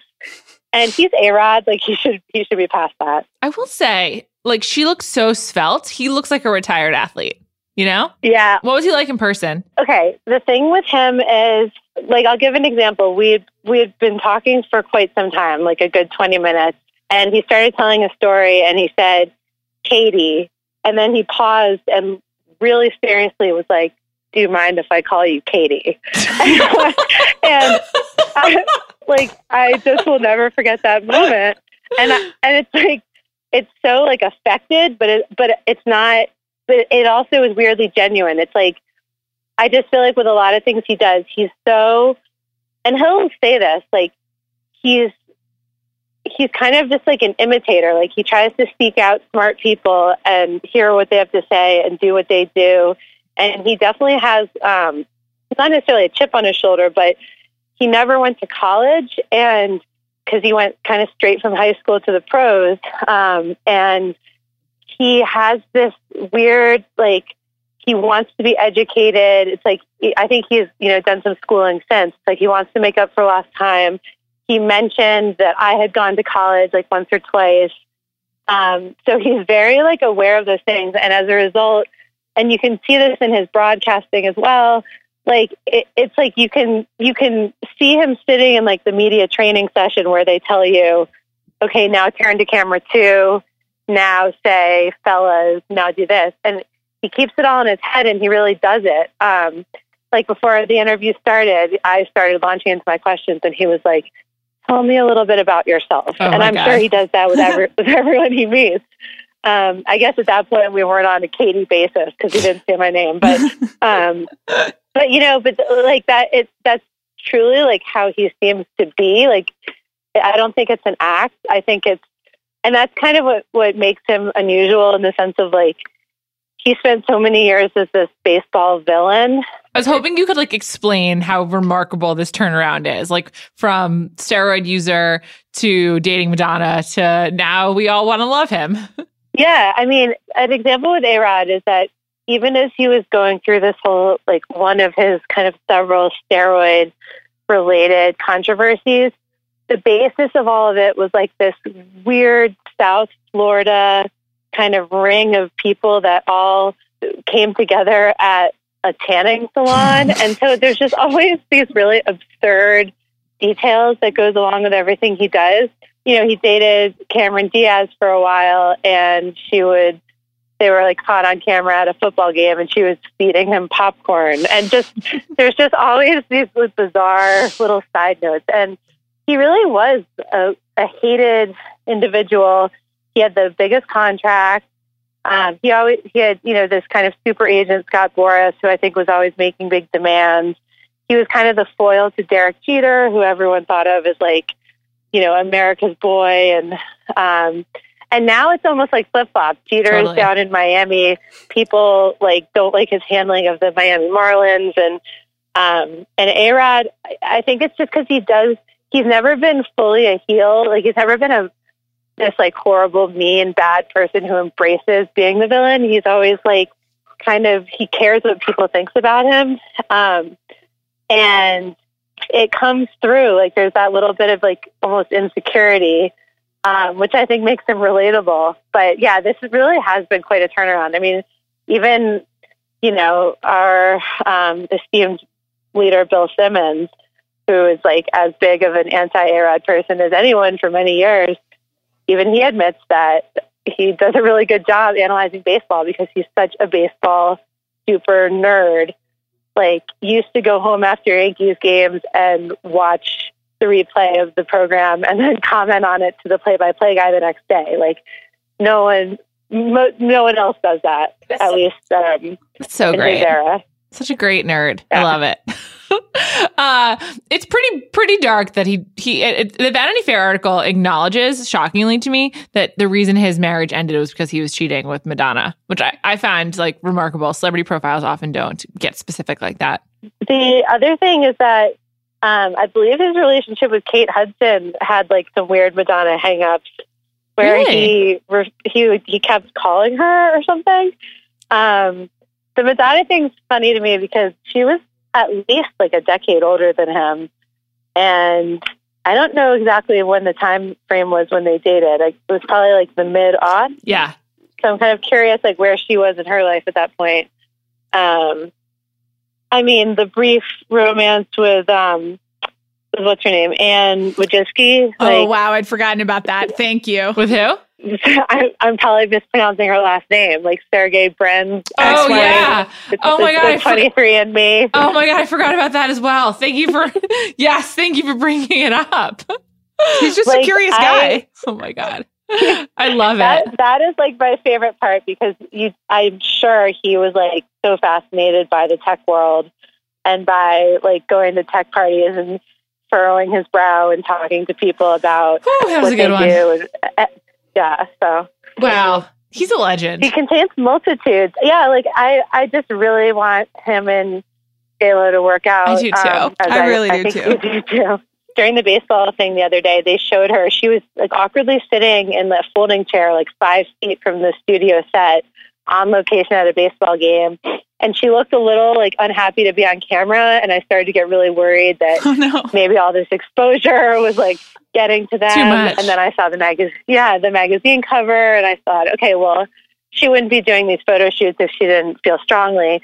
[SPEAKER 3] And he's a rod. Like he should he should be past that.
[SPEAKER 1] I will say, like, she looks so svelte. He looks like a retired athlete, you know?
[SPEAKER 3] Yeah,
[SPEAKER 1] What was he like in person?
[SPEAKER 3] Okay, the thing with him is like I'll give an example. We we had been talking for quite some time, like a good 20 minutes, and he started telling a story and he said, "Katie," and then he paused and really seriously was like, "Do you mind if I call you Katie?" and I, like I just will never forget that moment. And I, and it's like it's so like affected, but it but it's not. But it also is weirdly genuine. It's like I just feel like with a lot of things he does, he's so, and he'll say this, like he's he's kind of just like an imitator. Like he tries to seek out smart people and hear what they have to say and do what they do. And he definitely has, um, it's not necessarily a chip on his shoulder, but he never went to college and because he went kind of straight from high school to the pros. Um, and he has this weird, like, he wants to be educated. It's like I think he's you know done some schooling since. Like he wants to make up for lost time. He mentioned that I had gone to college like once or twice. Um, so he's very like aware of those things, and as a result, and you can see this in his broadcasting as well. Like it, it's like you can you can see him sitting in like the media training session where they tell you, okay, now turn to camera two, now say fellas, now do this, and he keeps it all in his head and he really does it. Um, like before the interview started, I started launching into my questions and he was like, Tell me a little bit about yourself.
[SPEAKER 1] Oh,
[SPEAKER 3] and
[SPEAKER 1] my
[SPEAKER 3] I'm
[SPEAKER 1] God.
[SPEAKER 3] sure he does that with, every, with everyone he meets. Um, I guess at that point we weren't on a Katie basis because he didn't say my name, but um, but you know, but like that, it that's truly like how he seems to be. Like, I don't think it's an act. I think it's, and that's kind of what what makes him unusual in the sense of like he spent so many years as this baseball villain.
[SPEAKER 1] I was hoping you could like explain how remarkable this turnaround is, like from steroid user to dating Madonna to now we all want to love him.
[SPEAKER 3] Yeah, I mean, an example with A Rod is that even as he was going through this whole like one of his kind of several steroid related controversies, the basis of all of it was like this weird South Florida kind of ring of people that all came together at a tanning salon. and so there's just always these really absurd details that goes along with everything he does. You know, he dated Cameron Diaz for a while and she would they were like caught on camera at a football game and she was feeding him popcorn and just there's just always these bizarre little side notes and he really was a, a hated individual he had the biggest contract um, he always he had you know this kind of super agent Scott Boras who I think was always making big demands. He was kind of the foil to Derek Jeter, who everyone thought of as like you know America's boy, and um, and now it's almost like flip flop. Jeter
[SPEAKER 1] Totally.
[SPEAKER 3] is down in Miami. People like don't like his handling of the Miami Marlins, and Um, and A Rod, I, I think it's just because he does, he's never been fully a heel. Like, he's never been a this like horrible, mean, bad person who embraces being the villain. He's always like kind of, he cares what people thinks about him. Um, and it comes through. Like, there's that little bit of like almost insecurity um, which I think makes them relatable. But yeah, this really has been quite a turnaround. I mean, even you know our um, esteemed leader Bill Simmons, who is like as big of an anti-Arod person as anyone for many years, even he admits that he does a really good job analyzing baseball because he's such a baseball super nerd. Like used to go home after Yankees games and watch the replay of the program and then comment on it to the play-by-play guy the next day. Like no one, mo- no one else does that. At least um,
[SPEAKER 1] That's so
[SPEAKER 3] in
[SPEAKER 1] Oh, great.
[SPEAKER 3] his era.
[SPEAKER 1] Such a great nerd. I
[SPEAKER 3] Yeah.
[SPEAKER 1] love it. uh, it's pretty pretty dark that he he it, it- the Vanity Fair article acknowledges shockingly to me that the reason his marriage ended was because he was cheating with Madonna, which I I find like remarkable. Celebrity profiles often don't get specific like that.
[SPEAKER 3] The other thing is that um, I believe his relationship with Kate Hudson had like some weird Madonna hangups where
[SPEAKER 1] Really?
[SPEAKER 3] he re- he he kept calling her or something. Um, the Madonna thing's funny to me because she was at least like a decade older than him, and I don't know exactly when the time frame was when they dated. Like, it was probably like the mid aughts.
[SPEAKER 1] Yeah,
[SPEAKER 3] So I'm kind of curious, like where she was in her life at that point. Um, I mean, the brief romance with um, with what's her name, Anne Wojcicki.
[SPEAKER 2] oh
[SPEAKER 3] Like,
[SPEAKER 2] wow, I'd forgotten about that. Thank you.
[SPEAKER 1] with who? Oh,
[SPEAKER 3] I'm, I'm probably mispronouncing her last name, like Sergey Brin.
[SPEAKER 1] Oh
[SPEAKER 2] Ex-wife.
[SPEAKER 1] yeah. Oh, my God, I forgot-
[SPEAKER 3] twenty three and me.
[SPEAKER 1] Oh my god, I forgot about that as well. Thank you for yes, thank you for bringing it up.
[SPEAKER 2] He's just a
[SPEAKER 3] Like,
[SPEAKER 2] curious
[SPEAKER 3] I-
[SPEAKER 2] guy.
[SPEAKER 1] Oh my god, I love it.
[SPEAKER 3] That that is like my favorite part because you, I'm sure he was like so fascinated by the tech world and by like going to tech parties and furrowing his brow and talking to people about
[SPEAKER 1] Whew, that
[SPEAKER 3] what
[SPEAKER 1] was a good
[SPEAKER 3] they
[SPEAKER 1] one.
[SPEAKER 3] do. And, uh, yeah, so
[SPEAKER 1] Wow, he's a legend.
[SPEAKER 3] he contains multitudes. Yeah, like I, I just really want him and Galo to work out. um,
[SPEAKER 1] I do, too.
[SPEAKER 3] as
[SPEAKER 2] I really do,
[SPEAKER 3] think
[SPEAKER 2] too.
[SPEAKER 3] you do too. During the baseball thing the other day, they showed her. She was like awkwardly sitting in the folding chair, like five feet from the studio set, on location at a baseball game, and she looked a little like unhappy to be on camera. And I started to get really worried that
[SPEAKER 2] Oh no.
[SPEAKER 3] maybe all this exposure was like getting to them.
[SPEAKER 1] Too much.
[SPEAKER 3] And then I saw the magazine, yeah, the magazine cover, and I thought, okay, well, she wouldn't be doing these photo shoots if she didn't feel strongly,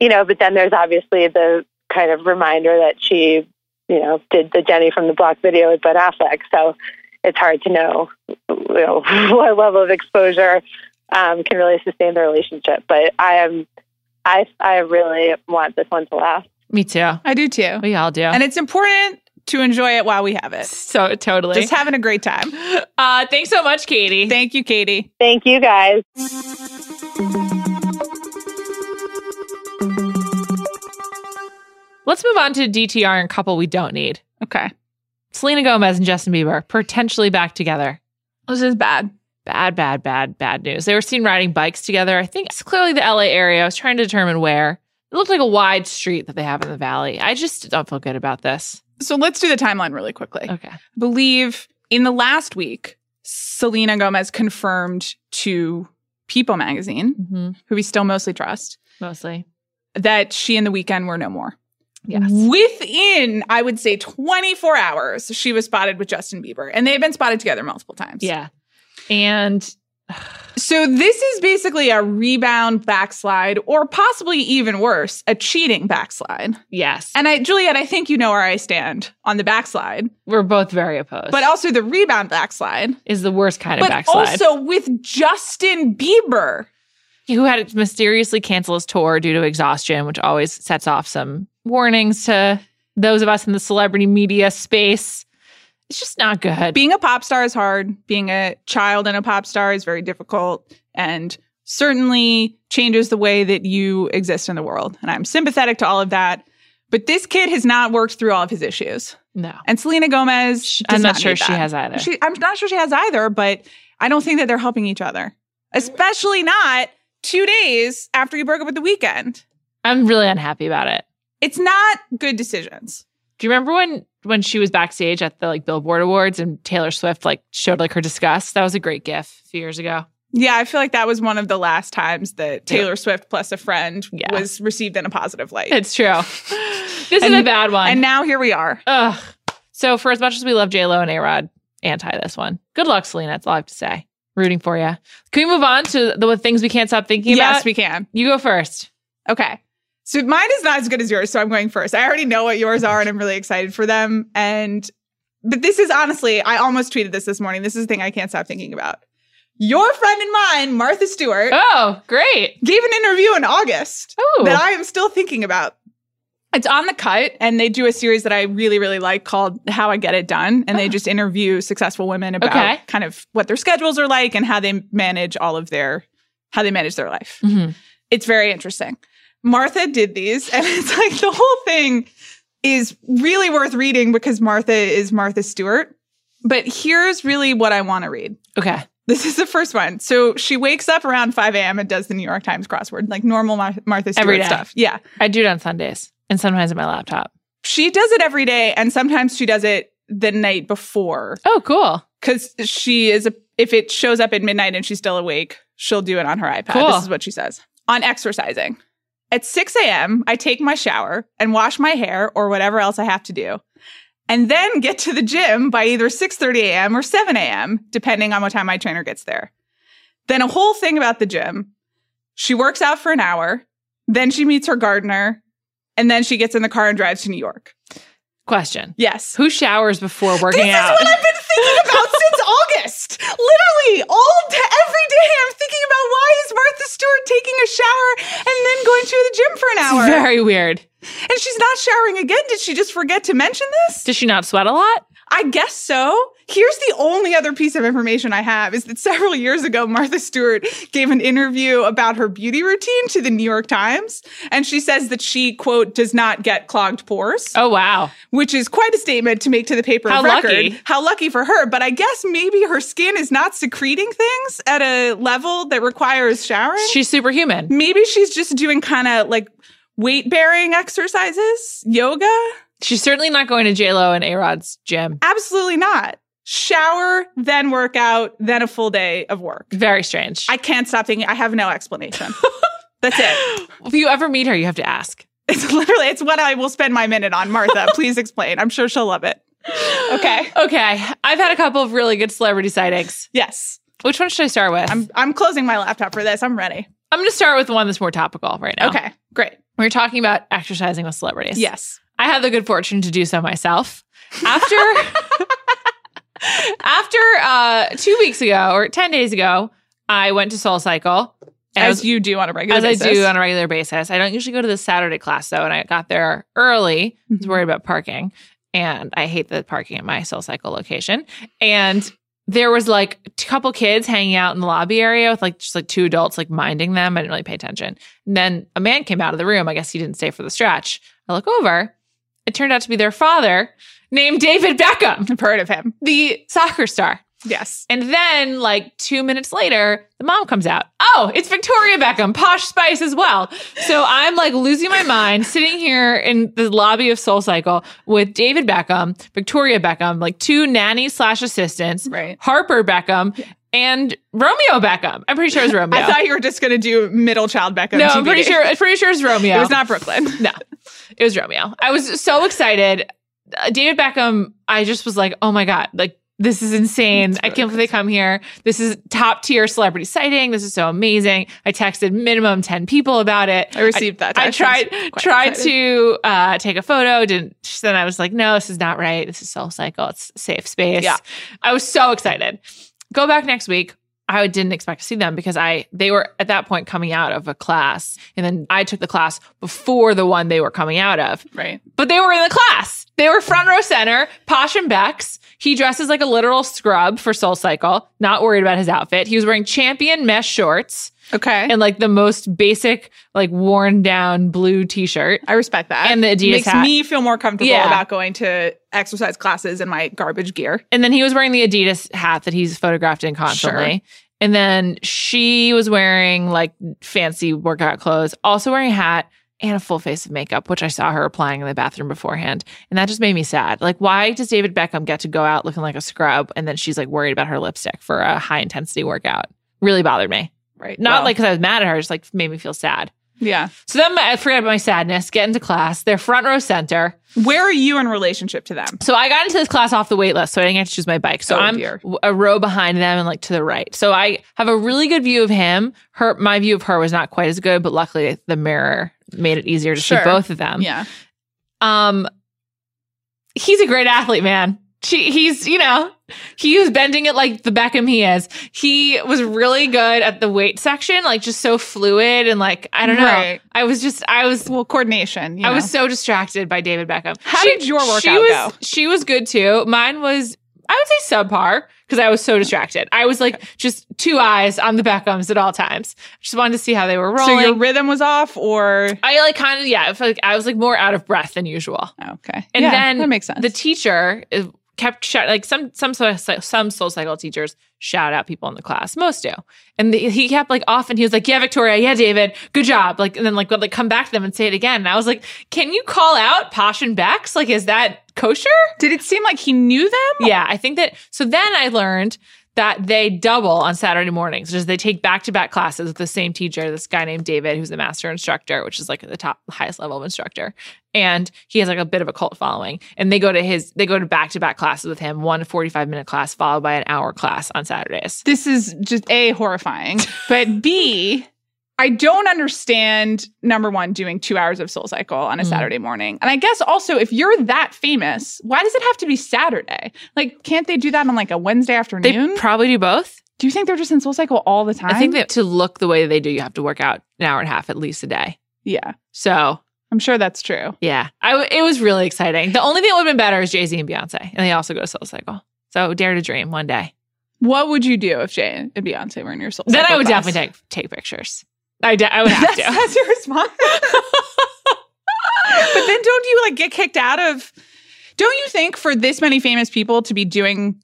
[SPEAKER 3] you know. But then there's obviously the kind of reminder that she, you know, did the Jenny from the Block video with Ben Affleck. So it's hard to know, you know, what level of exposure um, can really sustain the relationship. But I am. I, I really want this one to last.
[SPEAKER 1] Me too.
[SPEAKER 2] I do too.
[SPEAKER 1] We all do.
[SPEAKER 2] And it's important to enjoy it while we have it.
[SPEAKER 1] so totally.
[SPEAKER 2] Just having a great time.
[SPEAKER 1] uh, thanks so much, Katie.
[SPEAKER 2] Thank you, Katie.
[SPEAKER 3] Thank you guys.
[SPEAKER 1] Let's move on to DTR and couple we don't need.
[SPEAKER 2] Okay.
[SPEAKER 1] Selena Gomez and Justin Bieber potentially back together.
[SPEAKER 2] This is bad.
[SPEAKER 1] Bad, bad, bad, bad news. They were seen riding bikes together. I think it's clearly the LA area. I was trying to determine where. It looked like a wide street that they have in the valley. I just don't feel good about this.
[SPEAKER 2] So let's do the timeline really quickly.
[SPEAKER 1] Okay.
[SPEAKER 2] believe in the last week, Selena Gomez confirmed to People magazine,
[SPEAKER 1] Mm-hmm.
[SPEAKER 2] who we still mostly trust,
[SPEAKER 1] Mostly. Mm-hmm.
[SPEAKER 2] that she and the weekend were no more.
[SPEAKER 1] Yes.
[SPEAKER 2] Within, I would say, 24 hours, she was spotted with Justin Bieber, and they had been spotted together multiple times.
[SPEAKER 1] Yeah. And
[SPEAKER 2] So this is basically a rebound backslide, or possibly even worse, a cheating backslide.
[SPEAKER 1] yes.
[SPEAKER 2] And I, Juliet, I think you know where I stand on the backslide,
[SPEAKER 1] we're both very opposed.
[SPEAKER 2] but also the rebound backslide,
[SPEAKER 1] is the worst kind of
[SPEAKER 2] but
[SPEAKER 1] backslide.
[SPEAKER 2] also with Justin Bieber.
[SPEAKER 1] who had to mysteriously cancel his tour due to exhaustion, which always sets off some warnings to those of us in the celebrity media space. It's just not good.
[SPEAKER 2] being a pop star is hard. Being a child and a pop star is very difficult and certainly changes the way that you exist in the world. And I'm sympathetic to all of that. But this kid has not worked through all of his issues.
[SPEAKER 1] no,
[SPEAKER 2] And Selena Gomez, does
[SPEAKER 1] I'm not,
[SPEAKER 2] need
[SPEAKER 1] sure she
[SPEAKER 2] that.
[SPEAKER 1] has either.
[SPEAKER 2] She, I'm not sure she has either, but I don't think that they're helping each other, especially not two days after you broke up with the weekend.
[SPEAKER 1] I'm really unhappy about it.
[SPEAKER 2] It's not good decisions.
[SPEAKER 1] Do you remember when when she was backstage at the like Billboard Awards and Taylor Swift like showed like her disgust? That was a great gif a few years ago.
[SPEAKER 2] Yeah, I feel like that was one of the last times that
[SPEAKER 1] Yeah.
[SPEAKER 2] Taylor Swift plus a friend
[SPEAKER 1] Yeah.
[SPEAKER 2] was received in a positive light.
[SPEAKER 1] It's true. this
[SPEAKER 2] And-
[SPEAKER 1] is a bad one.
[SPEAKER 2] and now here we are.
[SPEAKER 1] Ugh. So for as much as we love J Lo and A Rod, anti this one. Good luck, Selena. That's all I have to say. Rooting for you. Can we move on to the things we can't stop thinking
[SPEAKER 2] Yes,
[SPEAKER 1] about?
[SPEAKER 2] we can.
[SPEAKER 1] you go first.
[SPEAKER 2] Okay. So mine is not as good as yours, so I'm going first. I already know what yours are and I'm really excited for them. And but this is honestly, I almost tweeted this this morning. This is the thing I can't stop thinking about. Your friend and mine, Martha Stewart,
[SPEAKER 1] Oh, great.
[SPEAKER 2] gave an interview in August
[SPEAKER 1] Oh,
[SPEAKER 2] that I am still thinking about. It's on the cut, and they do a series that I really, really like called How I Get It Done. And they
[SPEAKER 1] Oh.
[SPEAKER 2] just interview successful women about
[SPEAKER 1] Okay.
[SPEAKER 2] kind of what their schedules are like and how they manage all of their how they manage their life
[SPEAKER 1] Mhm.
[SPEAKER 2] it's very interesting. Martha did these, and it's like the whole thing is really worth reading because Martha is Martha Stewart. But here's really what I want to read.
[SPEAKER 1] okay.
[SPEAKER 2] This is the first one. So she wakes up around 5 a.m. and does the New York Times crossword, like normal Mar- Martha Stewart
[SPEAKER 1] Every day.
[SPEAKER 2] stuff. Yeah.
[SPEAKER 1] I do it on Sundays and sometimes on my laptop.
[SPEAKER 2] She does it every day, and sometimes she does it the night before
[SPEAKER 1] Oh, cool.
[SPEAKER 2] because she is a, if it shows up at midnight and she's still awake, she'll do it on her iPad.
[SPEAKER 1] Cool.
[SPEAKER 2] This is what she says on exercising. At 6 a.m., I take my shower and wash my hair or whatever else I have to do, and then get to the gym by either 6:30 a.m. or 7 a.m., depending on what time my trainer gets there. Then a whole thing about the gym. She works out for an hour, then she meets her gardener, and then she gets in the car and drives to New York.
[SPEAKER 1] Question.
[SPEAKER 2] Yes.
[SPEAKER 1] Who showers before working
[SPEAKER 2] This is
[SPEAKER 1] out?
[SPEAKER 2] what I've been thinking about since August. Literally, all day, every day, I'm thinking about why is Martha Stewart taking a shower and then going to the gym for an hour,
[SPEAKER 1] It's very weird.
[SPEAKER 2] and she's not showering again. Did she just forget to mention this?
[SPEAKER 1] Does she not sweat a lot?
[SPEAKER 2] I guess so. Here's the only other piece of information I have is that several years ago, Martha Stewart gave an interview about her beauty routine to the New York Times. And she says that she, quote, does not get clogged pores
[SPEAKER 1] Oh, wow.
[SPEAKER 2] which is quite a statement to make to the paper
[SPEAKER 1] How
[SPEAKER 2] of record.
[SPEAKER 1] lucky.
[SPEAKER 2] How lucky for her. But I guess maybe her skin is not secreting things at a level that requires showering.
[SPEAKER 1] She's superhuman.
[SPEAKER 2] maybe she's just doing kind of like weight bearing exercises, yoga.
[SPEAKER 1] She's certainly not going to J Lo and A Rod's gym.
[SPEAKER 2] Absolutely not. Shower, then workout, then a full day of work.
[SPEAKER 1] Very strange.
[SPEAKER 2] I can't stop thinking. I have no explanation. That's it.
[SPEAKER 1] if you ever meet her, you have to ask.
[SPEAKER 2] It's literally it's what I will spend my minute on, Martha. Please explain. I'm sure she'll love it. Okay.
[SPEAKER 1] Okay. I've had a couple of really good celebrity sightings.
[SPEAKER 2] Yes.
[SPEAKER 1] Which one should I start with? I'm,
[SPEAKER 2] I'm I'm closing my laptop for this. I'm ready.
[SPEAKER 1] going to start with one that's more topical right now.
[SPEAKER 2] Okay, great.
[SPEAKER 1] We were talking about exercising with celebrities.
[SPEAKER 2] Yes.
[SPEAKER 1] I had the good fortune to do so myself. After after uh, two weeks ago or 10 days ago, I went to Soul Cycle.
[SPEAKER 2] As you do on a regular
[SPEAKER 1] as
[SPEAKER 2] basis.
[SPEAKER 1] I do on a regular basis. I don't usually go to the Saturday class though, and I got there early. I was
[SPEAKER 2] Mhm.
[SPEAKER 1] worried about parking, and I hate the parking at my Soul Cycle location. And there was like a couple kids hanging out in the lobby area with like just like two adults like minding them. I didn't really pay attention. And then a man came out of the room. I guess he didn't stay for the stretch. I look over. It turned out to be their father, named David Beckham,
[SPEAKER 2] I've heard of him.
[SPEAKER 1] the soccer star.
[SPEAKER 2] Yes.
[SPEAKER 1] And then, like two minutes later, the mom comes out. Oh, it's Victoria Beckham, Posh Spice as well. So I'm like losing my mind, sitting here in the lobby of Soul Cycle with David Beckham, Victoria Beckham, like two nannies slash assistants,
[SPEAKER 2] Right.
[SPEAKER 1] Harper Beckham, and Romeo Beckham. I'm pretty sure it's Romeo.
[SPEAKER 2] I thought you were just going to do middle child Beckham.
[SPEAKER 1] no, I'm
[SPEAKER 2] TBD.
[SPEAKER 1] pretty sure. I'm pretty sure it's Romeo.
[SPEAKER 2] It was not Brooklyn.
[SPEAKER 1] No, it was Romeo. I was so excited. Uh, David Beckham, I just was like, oh my God, like, this is insane.
[SPEAKER 2] It's
[SPEAKER 1] I can't believe they come here. This is top tier celebrity sighting. This is so amazing. I texted minimum 10 people about it.
[SPEAKER 2] I received that.
[SPEAKER 1] I
[SPEAKER 2] text. was
[SPEAKER 1] tried
[SPEAKER 2] quite
[SPEAKER 1] tried
[SPEAKER 2] excited.
[SPEAKER 1] to uh, take a photo, didn't. Then I was like, no, this is not right. This is Soul Cycle. It's safe space.
[SPEAKER 2] Yeah.
[SPEAKER 1] I was so excited. Go back next week. I didn't expect to see them because I they were at that point coming out of a class, and then I took the class before the one they were coming out of.
[SPEAKER 2] Right.
[SPEAKER 1] But they were in the class. They were front row center. Posh and Bex. He dresses like a literal scrub for Soul Cycle. Not worried about his outfit. He was wearing champion mesh shorts
[SPEAKER 2] Okay.
[SPEAKER 1] and like the most basic, like worn down blue t shirt.
[SPEAKER 2] I respect that.
[SPEAKER 1] And the Adidas
[SPEAKER 2] makes
[SPEAKER 1] hat.
[SPEAKER 2] me feel more comfortable
[SPEAKER 1] Yeah.
[SPEAKER 2] about going to exercise classes in my garbage gear.
[SPEAKER 1] And then he was wearing the Adidas hat that he's photographed in constantly. And then she was wearing like fancy workout clothes, also wearing a hat. and a full face of makeup, which I saw her applying in the bathroom beforehand. And that just made me sad. Like, why does David Beckham get to go out looking like a scrub and then she's like worried about her lipstick for a high intensity workout? Really bothered me.
[SPEAKER 2] Right.
[SPEAKER 1] Not
[SPEAKER 2] Well,
[SPEAKER 1] like because I was mad at her, just like made me feel sad.
[SPEAKER 2] yeah.
[SPEAKER 1] So then I forgot about my sadness, get into class. They're front row center.
[SPEAKER 2] Where are you in relationship to them?
[SPEAKER 1] So I got into this class off the wait list, so I didn't get to choose my bike. So
[SPEAKER 2] Oh,
[SPEAKER 1] I'm
[SPEAKER 2] dear.
[SPEAKER 1] w- a row behind them and like to the right. So I have a really good view of him. Her, my view of her was not quite as good, but luckily the mirror made it easier to see
[SPEAKER 2] Sure.
[SPEAKER 1] both of them.
[SPEAKER 2] yeah.
[SPEAKER 1] Um, he's a great athlete, man. She, he's, you know, he was bending it like the Beckham he is. He was really good at the weight section, like just so fluid and like I don't know.
[SPEAKER 2] Right.
[SPEAKER 1] I was just, I was
[SPEAKER 2] Well, coordination. you
[SPEAKER 1] I
[SPEAKER 2] know.
[SPEAKER 1] was so distracted by David Beckham.
[SPEAKER 2] How did your workout
[SPEAKER 1] she was,
[SPEAKER 2] go?
[SPEAKER 1] She was good too. Mine was, I would say subpar because I was so distracted. I was like just two eyes on the Beckhams at all times. Just wanted to see how they were
[SPEAKER 2] so
[SPEAKER 1] rolling.
[SPEAKER 2] your rhythm was off, or
[SPEAKER 1] I like kind of yeah. I, felt like I was like more out of breath than usual.
[SPEAKER 2] Oh, okay,
[SPEAKER 1] And
[SPEAKER 2] Yeah,
[SPEAKER 1] then
[SPEAKER 2] that makes sense.
[SPEAKER 1] The teacher is- kept shout, like some some soul, some soul cycle teachers shout out people in the class. Most do, and the, he kept like often he was like, "Yeah, Victoria, yeah, David, good job." Like and then like would like come back to them and say it again. And I was like, "Can you call out Posh and Bex? Like, is that kosher?"
[SPEAKER 2] Did it seem like he knew them?
[SPEAKER 1] Yeah, I think that. So then I learned that they double on Saturday mornings, which is they take back to back classes with the same teacher, this guy named David, who's the master instructor, which is like the top highest level of instructor. And he has like a bit of a cult following. And they go to his, they go to back to back classes with him, one 45 minute class followed by an hour class on Saturdays.
[SPEAKER 2] This is just a horrifying, but b I don't understand number one doing two hours of Soul Cycle on a
[SPEAKER 1] Mm.
[SPEAKER 2] Saturday morning, and I guess also if you're that famous, why does it have to be Saturday? Like, can't they do that on like a Wednesday
[SPEAKER 1] They
[SPEAKER 2] afternoon?
[SPEAKER 1] probably do both.
[SPEAKER 2] do you think they're just in Soul Cycle all the time?
[SPEAKER 1] I think that to look the way they do, you have to work out an hour and a half at least a day.
[SPEAKER 2] yeah,
[SPEAKER 1] So
[SPEAKER 2] I'm sure that's true.
[SPEAKER 1] Yeah, I w- it was really exciting. The only thing that would have been better is Jay Z and Beyonce, and they also go to Soul Cycle. So dare to dream one day.
[SPEAKER 2] What would you do if Jay and Beyonce were in your Soul
[SPEAKER 1] Then
[SPEAKER 2] Cycle
[SPEAKER 1] I would
[SPEAKER 2] class?
[SPEAKER 1] definitely take take pictures. I, de- I would have
[SPEAKER 2] that's,
[SPEAKER 1] to.
[SPEAKER 2] that's your response. but then don't you like get kicked out of don't you think for this many famous people to be doing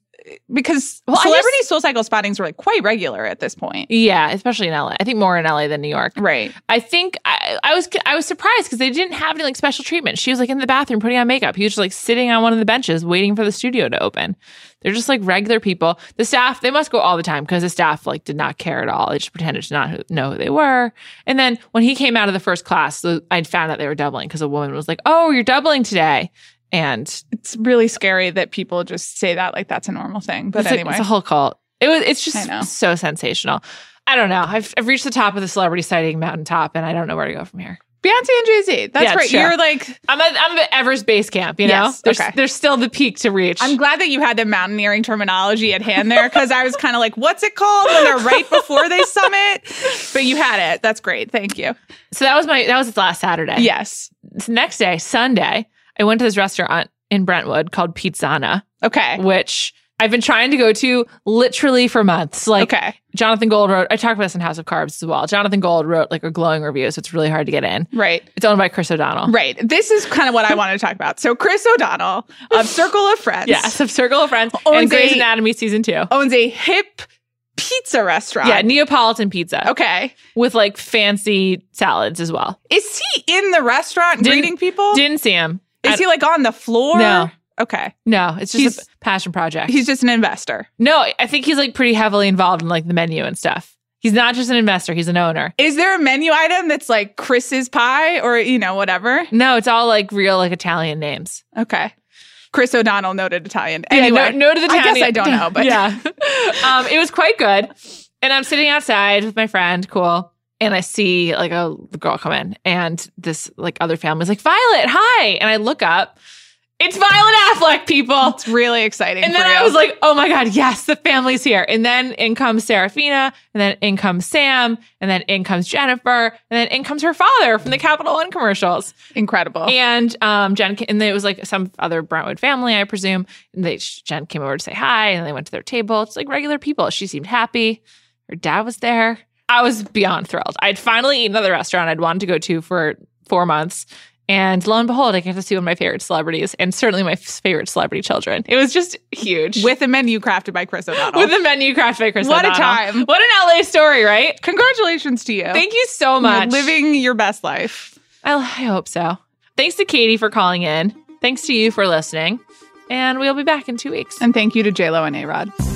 [SPEAKER 2] because
[SPEAKER 1] Well, I
[SPEAKER 2] celebrity soul cycle spottings were like quite regular at this point.
[SPEAKER 1] Yeah, especially in LA. I think more in LA than New York.
[SPEAKER 2] Right.
[SPEAKER 1] I think I, I was I was surprised because they didn't have any like special treatment. She was like in the bathroom putting on makeup. He was just like sitting on one of the benches waiting for the studio to open. They're just like regular people. The staff they must go all the time because the staff like did not care at all. They just pretended to not who- know who they were. And then when he came out of the first class, the, I found out they were doubling because a woman was like, "Oh, you're doubling today," and
[SPEAKER 2] It's really scary that people just say that like that's a normal thing. But
[SPEAKER 1] it's a-
[SPEAKER 2] anyway.
[SPEAKER 1] it's a whole cult. It was. It's
[SPEAKER 2] I know.
[SPEAKER 1] just so sensational. I don't know. I've, I've reached the top of the celebrity sighting mountaintop, and I don't know where to go from here.
[SPEAKER 2] Beyonce and Jay-Z. That's
[SPEAKER 1] Yeah,
[SPEAKER 2] right.
[SPEAKER 1] sure.
[SPEAKER 2] You're like
[SPEAKER 1] I'm at, I'm at Everest Base Camp, you know?
[SPEAKER 2] Yes,
[SPEAKER 1] there's,
[SPEAKER 2] okay.
[SPEAKER 1] there's still the peak to reach.
[SPEAKER 2] I'm glad that you had the mountaineering terminology at hand there because I was kind of like, what's it called when they're right before they summit? But you had it. That's great. Thank you.
[SPEAKER 1] so that was my, that was its last Saturday.
[SPEAKER 2] Yes.
[SPEAKER 1] So next day, Sunday, I went to this restaurant in Brentwood called Pizzana,
[SPEAKER 2] Okay.
[SPEAKER 1] which I've been trying to go to literally for months. Like
[SPEAKER 2] okay.
[SPEAKER 1] Jonathan Gold wrote, I talked about this in House of Carbs as well. Jonathan Gold wrote like a glowing review, so it's really hard to get in.
[SPEAKER 2] Right.
[SPEAKER 1] It's owned by Chris O'Donnell.
[SPEAKER 2] Right. This is kind of what I want to talk about. So Chris O'Donnell of Circle of Friends
[SPEAKER 1] Yes, of Circle of Friends
[SPEAKER 2] Owns
[SPEAKER 1] and Grey's
[SPEAKER 2] a-
[SPEAKER 1] Anatomy season two.
[SPEAKER 2] owns a hip pizza restaurant.
[SPEAKER 1] Yeah, Neapolitan pizza
[SPEAKER 2] Okay.
[SPEAKER 1] with like fancy salads as well.
[SPEAKER 2] Is he in the restaurant
[SPEAKER 1] Didn't-
[SPEAKER 2] greeting people?
[SPEAKER 1] Didn't see him.
[SPEAKER 2] is he like on the floor?
[SPEAKER 1] No.
[SPEAKER 2] Okay.
[SPEAKER 1] No, it's just a
[SPEAKER 2] He's-
[SPEAKER 1] p- passion project.
[SPEAKER 2] He's just an investor.
[SPEAKER 1] No, I think he's like pretty heavily involved in like the menu and stuff. He's not just an investor, he's an owner.
[SPEAKER 2] Is there a menu item that's like Chris's pie or, you know, whatever?
[SPEAKER 1] No, it's all like real like Italian names.
[SPEAKER 2] Okay. Chris O'Donnell, noted Italian.
[SPEAKER 1] Yeah,
[SPEAKER 2] Anyway,
[SPEAKER 1] no, no to the
[SPEAKER 2] I guess
[SPEAKER 1] Italian-
[SPEAKER 2] I don't know, but-
[SPEAKER 1] yeah. um, it was quite good. And I'm sitting outside with my friend, cool. And I see like a girl come in and this like other family's like, Violet, hi. And I look up. It's Violet Affleck, people.
[SPEAKER 2] it's really exciting.
[SPEAKER 1] And
[SPEAKER 2] for
[SPEAKER 1] then I
[SPEAKER 2] you.
[SPEAKER 1] was like, oh my God, yes, the family's here. And then in comes Serafina, and then in comes Sam, and then in comes Jennifer, and then in comes her father from the Capital One commercials.
[SPEAKER 2] incredible.
[SPEAKER 1] And um, Jen, ca- and it was like some other Brentwood family, I presume. And they, Jen came over to say hi, and they went to their table. It's like regular people. She seemed happy. Her dad was there. I was beyond thrilled. I'd finally eaten at the restaurant I'd wanted to go to for four months. And lo and behold, I get to see one of my favorite celebrities and certainly my f- favorite celebrity children. It was just huge.
[SPEAKER 2] With a menu crafted by Chris O'Donnell.
[SPEAKER 1] With the menu craft by Chris
[SPEAKER 2] What a
[SPEAKER 1] O'Donnell.
[SPEAKER 2] time.
[SPEAKER 1] What an LA story, right?
[SPEAKER 2] Congratulations to you.
[SPEAKER 1] Thank you so
[SPEAKER 2] You're
[SPEAKER 1] much.
[SPEAKER 2] living your best life.
[SPEAKER 1] I, I hope so. Thanks to Katie for calling in. Thanks to you for listening. And we'll be back in two weeks.
[SPEAKER 2] And thank you to JLo and A Rod.